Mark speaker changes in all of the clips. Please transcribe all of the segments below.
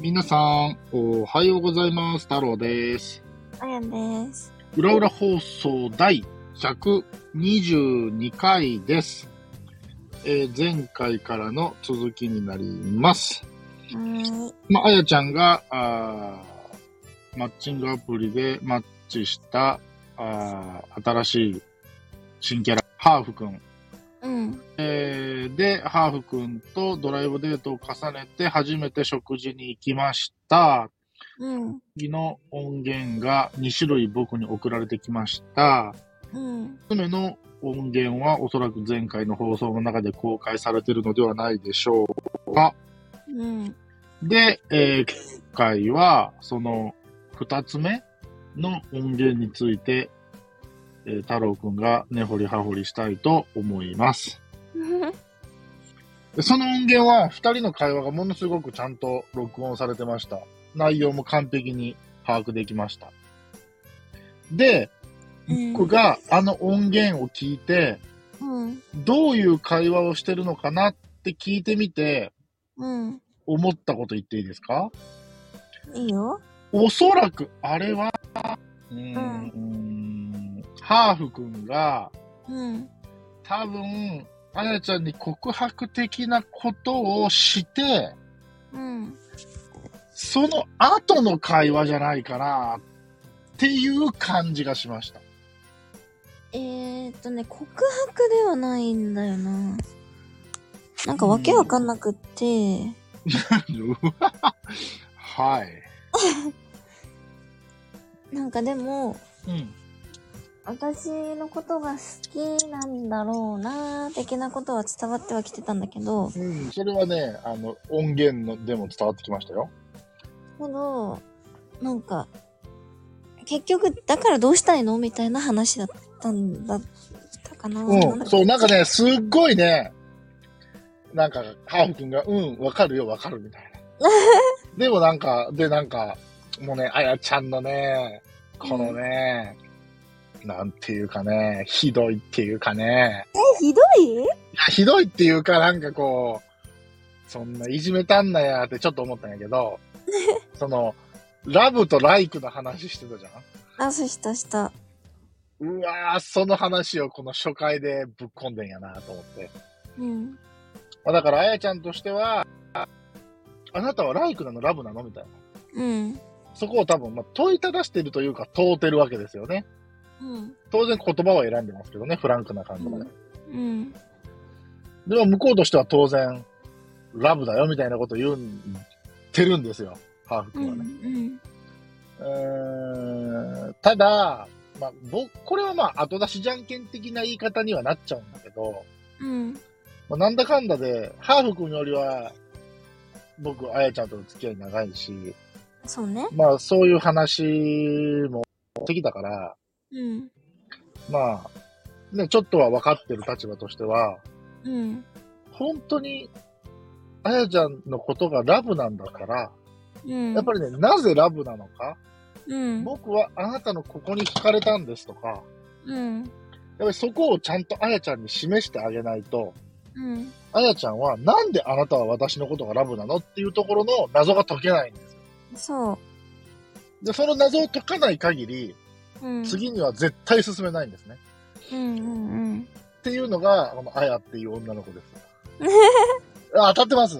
Speaker 1: 皆さん、おはようございます。太郎です。
Speaker 2: あやです。
Speaker 1: 裏裏放送第122回です。えー前回からの続きになります。
Speaker 2: は
Speaker 1: まあ、あやちゃんが、あーマッチングアプリでマッチした、あー新しい新キャラ、ハーフくん。
Speaker 2: ーい。うん。
Speaker 1: えーで、ハーフくんとドライブデートを重ねて初めて食事に行きました。
Speaker 2: うん。
Speaker 1: 次の音源が2種類僕に送られてきました。
Speaker 2: うん。
Speaker 1: 1つ目の音源はおそらく前回の放送の中で公開されているのではないでしょうか。
Speaker 2: うん。
Speaker 1: で、えー今回は、その、二つ目の音源について、えー太郎くんが根掘り葉掘りしたいと思います。でその音源は、二人の会話がものすごくちゃんと録音されてました。内容も完璧に把握できました。で、僕があの音源を聞いて、
Speaker 2: うん。
Speaker 1: どういう会話をしてるのかなって聞いてみて、
Speaker 2: うん。
Speaker 1: 思ったこと言っていいですか
Speaker 2: いいよ。
Speaker 1: おそらくあれは、うーん、ハーフくんが、
Speaker 2: うん。
Speaker 1: 多分、あやちゃんに告白的なことをして、
Speaker 2: うん。
Speaker 1: その後の会話じゃないかな、っていう感じがしました。
Speaker 2: えーっとね、告白ではないんだよな。なんかわけわかんなくって、
Speaker 1: はい。
Speaker 2: なんかでも、
Speaker 1: うん。
Speaker 2: 私のことが好きなんだろうなー的なことは伝わってはきてたんだけど、
Speaker 1: うん、それはね、あの、音源のでも伝わってきましたよ。
Speaker 2: けど、なんか、結局、だからどうしたいのみたいな話だったんだったかな。
Speaker 1: うん、そう、なんかね、すっごいね、なんか、ハーフ君が、うん、わかるよ、わかる、みたい な。でもなんか、で、なんか、もうね、あやちゃんのね、このね、なんていうかね、ひどいっていうかね、い
Speaker 2: ひどい
Speaker 1: やひどいっていうか、なんかこう、そんないじめたんなやってちょっと思ったんやけ ど、その、ラブとライクの話してたじゃん
Speaker 2: あ、そうしたした。
Speaker 1: うわー、その話をこの初回でぶっ込んでんやなと思って。
Speaker 2: うん。
Speaker 1: まあ、だから、あやちゃんとしては、あなたはライクなのラブなのみたいな。
Speaker 2: うん。
Speaker 1: そこを多分、まあ、問いただしてるというか、問うてるわけですよね。
Speaker 2: うん。
Speaker 1: 当然言葉を選んでますけどね、フランクな感じで。
Speaker 2: うん。
Speaker 1: でも、向こうとしては当然、ラブだよみたいなことを言うんてるんですよ、ハーフ
Speaker 2: う
Speaker 1: 君はね。
Speaker 2: ん。
Speaker 1: うーんただ、まあ、僕、これはまあ、後出しじゃんけん的な言い方にはなっちゃうんだけど、
Speaker 2: うん。
Speaker 1: まあ、なんだかんだで、ハーフ君よりは、僕、あやちゃんとの付き合い長いし、
Speaker 2: そうね。
Speaker 1: まあ、そういう話もできたから、
Speaker 2: うん。
Speaker 1: まあ、ね、ちょっとは分かってる立場としては、
Speaker 2: うん。
Speaker 1: 本当に、あやちゃんのことがラブなんだから、
Speaker 2: うん。
Speaker 1: やっぱりね、なぜラブなのか、
Speaker 2: うん。
Speaker 1: 僕はあなたのここに惹かれたんですとか、やっ
Speaker 2: うん。
Speaker 1: ぱりそこをちゃんとあやちゃんに示してあげないと、
Speaker 2: うん。
Speaker 1: あやちゃんはなんであなたは私のことがラブなのっていうところの謎が解けないんですよ。
Speaker 2: そ
Speaker 1: で、その謎を解かない限り、
Speaker 2: う。うん。。
Speaker 1: 次には絶対進めないんですね。
Speaker 2: うんうんうん。
Speaker 1: っていうのが、このあやっていう女の子です。あ当たってます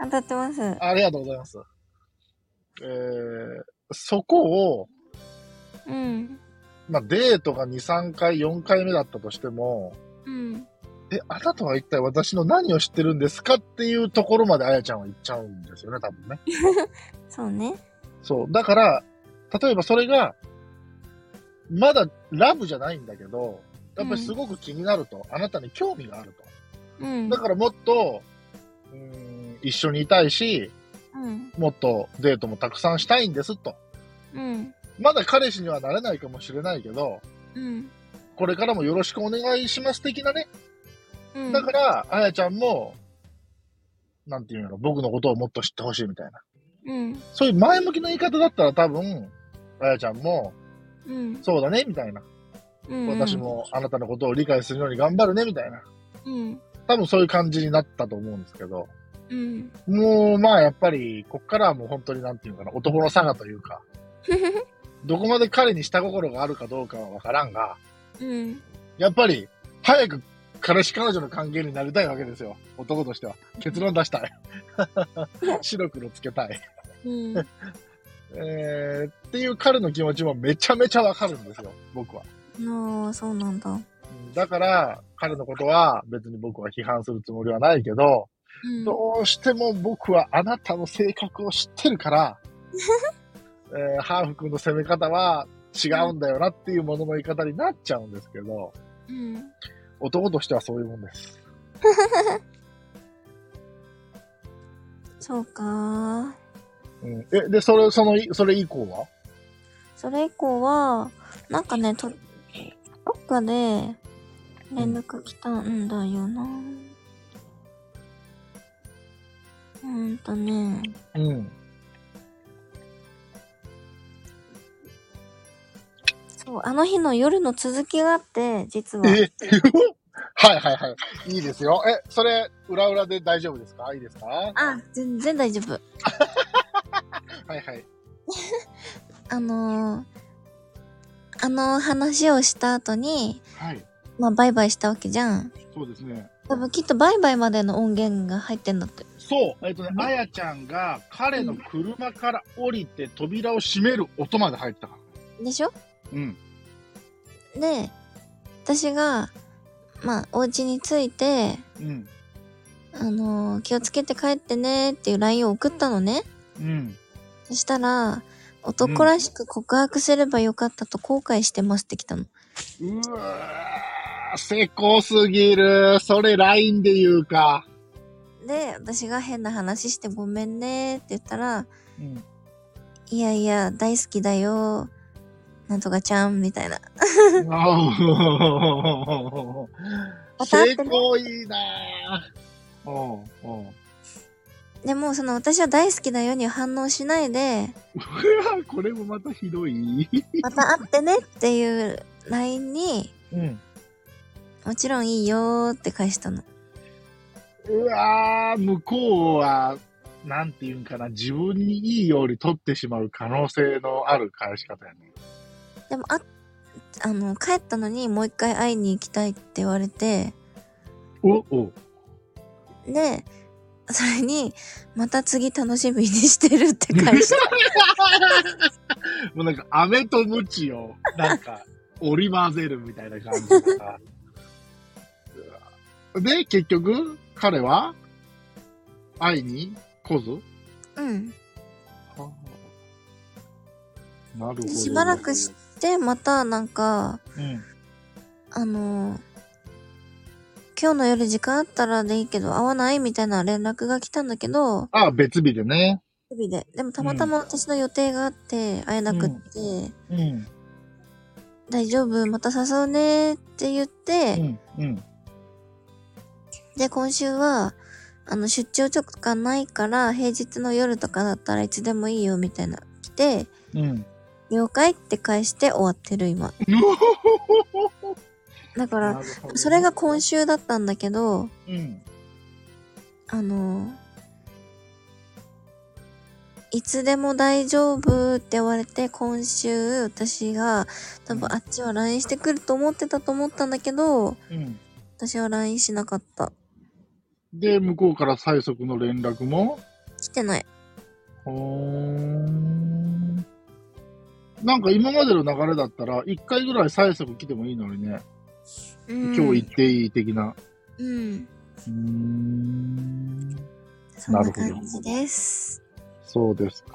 Speaker 2: 当たってます。
Speaker 1: ありがとうございます。えー、そこを、
Speaker 2: うん。
Speaker 1: まあ、デートが2、3回、4回目だったとしても、
Speaker 2: うん。
Speaker 1: え、あなたは一体私の何を知ってるんですかっていうところまであやちゃんは行っちゃうんですよね、多分ね。
Speaker 2: そうね。
Speaker 1: そう。だから、例えばそれが、まだラブじゃないんだけど、やっぱりすごく気になると、あなたに興味があると。
Speaker 2: うん。
Speaker 1: だからもっと、うーん、一緒にいたいし、
Speaker 2: うん。
Speaker 1: もっとデートもたくさんしたいんですと。
Speaker 2: うん。
Speaker 1: まだ彼氏にはなれないかもしれないけど、
Speaker 2: うん。
Speaker 1: これからもよろしくお願いします的なね。
Speaker 2: うん。
Speaker 1: だから、あやちゃんも、なんていうの、僕のことをもっと知ってほしいみたいな。
Speaker 2: うん。
Speaker 1: そういう前向きな言い方だったら多分、あやちゃんも、
Speaker 2: うん。
Speaker 1: そうだね、みたいな。
Speaker 2: うん。
Speaker 1: 私。もあなたのことを理解するように頑張るね、みたいな。
Speaker 2: うん。
Speaker 1: 多分そういう感じになったと思うんですけど、
Speaker 2: うん。
Speaker 1: もう、まあ、やっぱり、こっからはもう本当になんていうのかな、男の差がというか、どこまで彼に下心があるかどうかはわからんが、
Speaker 2: うん。
Speaker 1: やっぱり、早く彼氏彼女の関係になりたいわけですよ。男としては。結論出したい。白黒つけたい。
Speaker 2: うん。
Speaker 1: えー、っていう彼の気持ちもめちゃめちゃわかるんですよ、僕は。
Speaker 2: ああ、そうなんだ。う
Speaker 1: うんだから、彼のことは別に僕は批判するつもりはないけど、
Speaker 2: ん。
Speaker 1: どうしても僕はあなたの性格を知ってるから、えーハーフ君の攻め方は違うんだよなっていうものの言い方になっちゃうんですけど、
Speaker 2: うん。
Speaker 1: 男としてはそういうもんです。
Speaker 2: そうかー。
Speaker 1: うん、え、で、それ、その、それ以降は
Speaker 2: それ以降は、なんかね、と、どっかで連絡来たんだよな。うーんとね、
Speaker 1: うん。
Speaker 2: そう、あの日の夜の続きがあって、実は。
Speaker 1: え はいはいはい。いいですよ。え、それ、裏裏で大丈夫ですかいいですかは
Speaker 2: あ、全然大丈夫。
Speaker 1: いはい。
Speaker 2: あのー、あの話をした後に、
Speaker 1: はい。
Speaker 2: まあ、バイバイしたわけじゃん。
Speaker 1: そうですね。
Speaker 2: 多分きっとバイバイまでの音源が入ってんだって。
Speaker 1: そう。えっとね、あやちゃんが彼の車から降りて扉を閉める音まで入ってたか
Speaker 2: でしょ
Speaker 1: ら。うん。
Speaker 2: で、私が、まあ、お家に着いて、
Speaker 1: うん。
Speaker 2: あのー気をつけて帰ってねっていう LINE を送ったのね。
Speaker 1: うん。
Speaker 2: そしたら、男らしく告白すればよかったと後悔してますって来たの。
Speaker 1: うわー、せこすぎる。それ LINE で言うか。
Speaker 2: で、私が変な話してごめんねって言ったら、
Speaker 1: うん。
Speaker 2: いやいや、大好きだよ。なんとかちゃん、みたいな。また会
Speaker 1: せ
Speaker 2: ってね
Speaker 1: こいなー。おうおう
Speaker 2: でも、その私は大好きだよには反応しないで、
Speaker 1: うわこれもまたひどい。
Speaker 2: また会ってねっていう LINE に、
Speaker 1: うん。
Speaker 2: もちろんいいよーって返したの。
Speaker 1: うわー、向こうは、なんていうんかな、自分にいいように取ってしまう可能性のある返し方やね。
Speaker 2: でも、あ、あの、帰ったのにもう一回会いに行きたいって言われて、
Speaker 1: おお
Speaker 2: で、それに、また次楽しみにしてるって返した。
Speaker 1: もうなんか、飴とムチを、なんか、織り交ぜるみたいな感じとか。うわで、結局、彼は、会いに来ず
Speaker 2: うん。
Speaker 1: なるほど。
Speaker 2: しばらくし、で、またなんか、
Speaker 1: うん。
Speaker 2: あの、今日の夜時間あったらでいいけど、会わないみたいな連絡が来たんだけど、
Speaker 1: あ、別日でね。
Speaker 2: テレビで。でもたまたま私の予定があって、会えなくって、
Speaker 1: うん。
Speaker 2: 大丈夫、また誘うねって言って、
Speaker 1: うん。うん。
Speaker 2: で、今週は、あの、出張とかないから、平日の夜とかだったらいつでもいいよ、みたいな。来て、
Speaker 1: うん。
Speaker 2: 了解って返して終わってる、今。だから、それが今
Speaker 1: 週。
Speaker 2: 週だったんだけど、
Speaker 1: うん。
Speaker 2: あの、いつでも大丈夫って言われて、今週、私が、多分あっちは LINE してくると思ってたと思ったんだけど、
Speaker 1: うん。
Speaker 2: 私は LINE しなかった。
Speaker 1: で、向こうから最速の連絡も。
Speaker 2: 来てない。
Speaker 1: ほーん。なんか今までの流れだったら、一回ぐらい最速来てもいいのにね。
Speaker 2: うん
Speaker 1: 今日行っていい的な。
Speaker 2: うん。
Speaker 1: うーん。
Speaker 2: そんな
Speaker 1: なるほど
Speaker 2: 感じです。
Speaker 1: そうですか。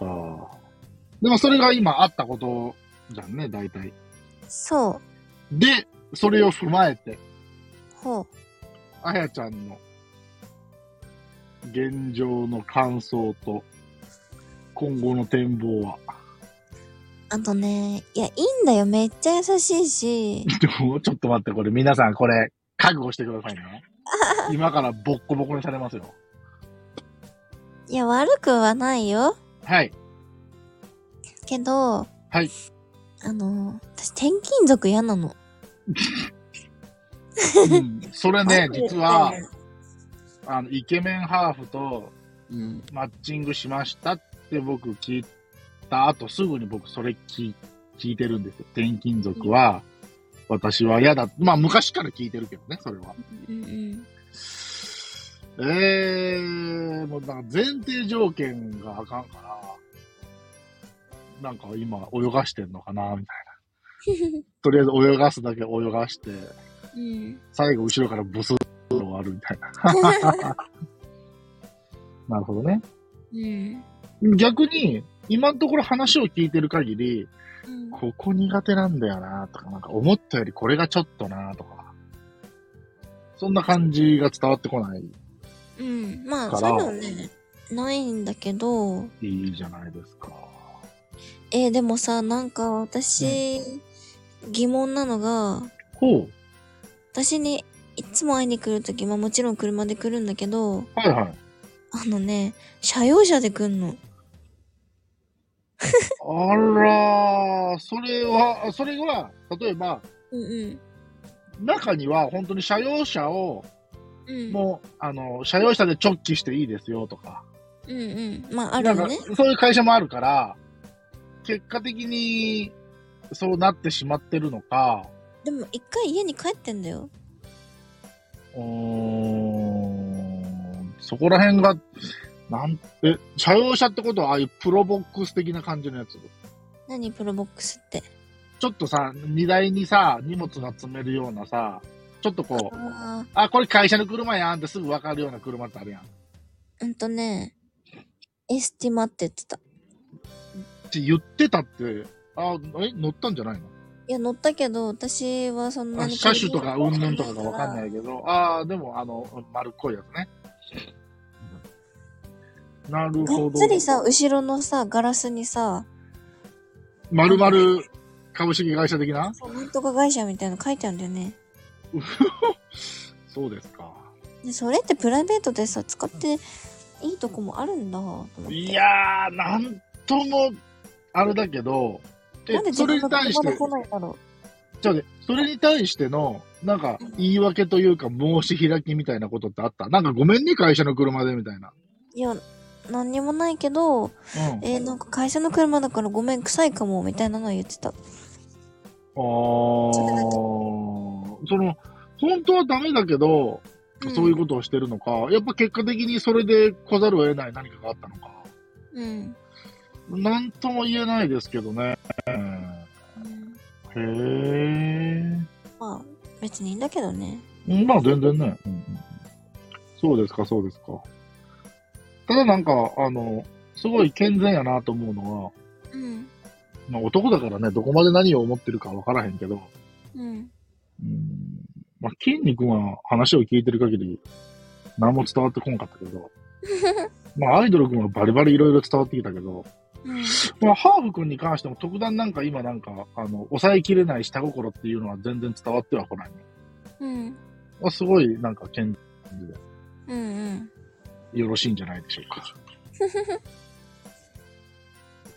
Speaker 1: でもそれが今あったことじゃんね、大体。
Speaker 2: そ
Speaker 1: で、それを踏まえて、
Speaker 2: う。ほう。
Speaker 1: あやちゃんの現状の感想と今後の展望は。
Speaker 2: あとね、いや、いいんだよ。めっちゃ優し いし。
Speaker 1: もうちょっと待って、これ皆さんこれ覚悟してくださいね。今からボッコボコにされますよ。
Speaker 2: いや、悪くはないよ。
Speaker 1: はい。
Speaker 2: けど、
Speaker 1: はい。
Speaker 2: あの、私、転勤族嫌なの。
Speaker 1: うん、それね、実は
Speaker 2: 悪く言っ、
Speaker 1: あの、イケメンハーフと
Speaker 3: うん。
Speaker 1: マッチングしましたって僕聞いた後、すぐに僕それ聞い聞いてるんですよ。転勤族は、私は嫌だ。まあ昔から聞いてるけどね、それは。
Speaker 2: うんうん。
Speaker 1: えー、もうなんか前提条件があかんから、なんか今泳がしてんのかな、みたいな。とりあえず泳がすだけ泳がして、
Speaker 2: うん。
Speaker 1: 最後後ろからブスッと終わるみた いな。 なるほどね。
Speaker 2: うん。
Speaker 1: 逆に、今のところ話を聞いてる限り、
Speaker 2: うん
Speaker 1: ここ苦手なんだよなとか、なんか思ったよりこれがちょっとなとか、そんな感じが伝わってこない、
Speaker 2: うん。まあ、
Speaker 1: か
Speaker 2: そういう
Speaker 1: ら
Speaker 2: のね、ないんだけど、
Speaker 1: いいじゃないですか。
Speaker 2: えーでもさ、なんか私、疑問なのが、
Speaker 1: ほう。
Speaker 2: 私にいつも会いに来るとき、まあもちろん車で来るんだけど、
Speaker 1: はいはい。
Speaker 2: あのね、車用車で来んの。
Speaker 1: あらー、それは、それは、例えば、
Speaker 2: うんう
Speaker 1: 中には本当に車用車を、
Speaker 2: ん。うん。
Speaker 1: もう、あの、車用車で直帰していいですよとか、
Speaker 2: う。うんうん。まあ、あるよね。
Speaker 1: なんかそういう会社もあるから、結果的にそうなってしまってるのか、
Speaker 2: でも、一回家に帰ってんだよ。
Speaker 1: うーんそこら辺が、なんて、車用車ってことは、ああいうプロボックス的な感じのやつ。
Speaker 2: 何プロボックスって。
Speaker 1: ちょっとさ、荷台にさ、荷物が積めるようなさ、ちょっとこう、
Speaker 2: ああ、
Speaker 1: あ、これ会社の車やんってすぐ分かるような車ってあるやん。っ
Speaker 2: うんとね、エスティマって言ってた。
Speaker 1: て言ってたって、あ、え、乗ったんじゃないの
Speaker 2: いや、乗ったけど、私はそんな
Speaker 1: あ
Speaker 2: に。。
Speaker 1: 車種とかうんぬんとかが分かんないいけど、ああ、でもあの、丸っこいやつね。なる
Speaker 2: が
Speaker 1: ほ
Speaker 2: っ
Speaker 1: ど。
Speaker 2: つりさ、後ろのさ、ガラスにさ、
Speaker 1: 丸々株式会社的な
Speaker 2: なんとか会社みたいなの書いてあるんだよね。
Speaker 1: そうですか。
Speaker 2: でそれってプライベートでさ、使っていいとこもあるんだと思って。
Speaker 1: いやー、なんとも、あれだけど、
Speaker 2: なんで
Speaker 1: それ
Speaker 2: 自分
Speaker 1: に
Speaker 2: が
Speaker 1: 対し
Speaker 2: 車
Speaker 1: て、
Speaker 2: で
Speaker 1: ちょ
Speaker 2: 来
Speaker 1: っ
Speaker 2: ないんだろ
Speaker 1: と待ってそれに対しての、なんか、言い訳というか、申し開きみたいなことってあったなんか、ごめんね、会社の車で、みたいな。
Speaker 2: う。いや、何にもないけど、
Speaker 1: うん。あ
Speaker 2: えー、なんか会社の車だからごめん、臭いかも、みたいなのは言ってた。れだけ
Speaker 1: ー、その、本当はダメだけど、
Speaker 2: うん
Speaker 1: そういうことをしてるのか、やっぱ結果的にそれで来ざるを得ない何かがあったのか。
Speaker 2: うん。
Speaker 1: なんとも言えないですけどね。へー。
Speaker 2: まあ、別にいいんだけどね。
Speaker 1: うんまあ全然ね、そうですか、そうですか。ただなんか、あの、すごい健全やなと思うのは、
Speaker 2: うん。
Speaker 1: まあ男だからね、どこまで何を思ってるかわからへんけど、
Speaker 2: うん。
Speaker 1: うん、まあ、筋肉は話を聞いてる限り、何も伝わってこんかったけ ど、まあアイドル君はバリバリいろいろ伝わってきたけど、
Speaker 2: うん。
Speaker 1: まあハーフ君に関しても特段なんか今なんか、あの、抑えきれない下心っていうのは全然伝わってはこないね。
Speaker 2: うん。
Speaker 1: まあ、すごいなんか健全で
Speaker 2: うん。
Speaker 1: よろしいんじゃないでしょうか。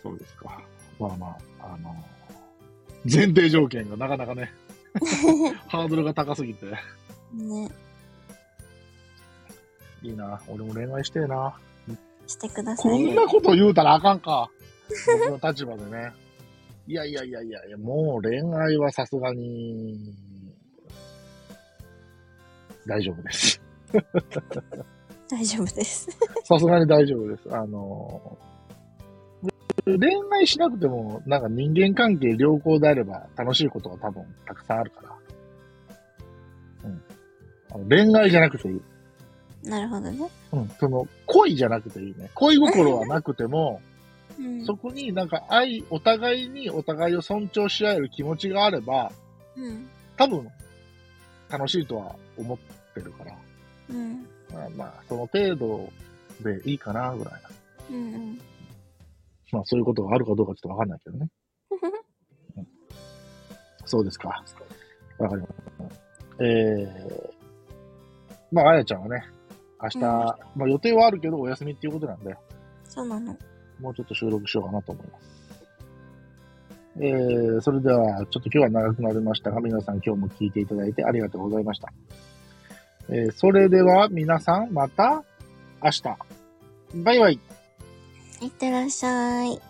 Speaker 1: そうですか。まあまあ、あの、前提条件がなかなかね、ハードルが高すぎて。
Speaker 2: うん。ね。
Speaker 1: いいな、俺も恋愛してえな。
Speaker 2: してくださ
Speaker 1: こ
Speaker 2: い
Speaker 1: ん
Speaker 2: よ。
Speaker 1: なこと言うたらあかんか。僕の立場でね。いやいやいやいやいや、もう恋愛はさすがに、大丈夫です。
Speaker 2: 大丈夫です。
Speaker 1: さすがに大丈夫です。あの、恋愛しなくても、なんか人間関係良好であれば楽しいことは多分たくさんあるから。うん。あの恋愛じゃなくていい。
Speaker 2: なるほどね。
Speaker 1: うん。その、恋じゃなくていいね。恋心はなくても、
Speaker 2: うん。
Speaker 1: そこになんか愛、お互いにお互いを尊重し合える気持ちがあれば、
Speaker 2: うん。
Speaker 1: 多分、楽しいとは思ってるから。
Speaker 2: うん。
Speaker 1: まあまあ、その程度でいいかな、ぐらいな。
Speaker 2: うんうん。
Speaker 1: まあそういうことがあるかどうかちょっとわかんないけど ね。そうですか。わかりました。えー、まああやちゃんはね、明日、
Speaker 2: うん
Speaker 1: まあ予定はあるけどお休みっていうことなんで、
Speaker 2: そうなの。
Speaker 1: もうちょっと収録しようかなと思います。えー、それでは、ちょっと今日は長くなりましたが、皆さん今日も聞いていただいてありがとうございました。えー、それでは皆さんまた明日。バイバイ。
Speaker 2: いってらっしゃい。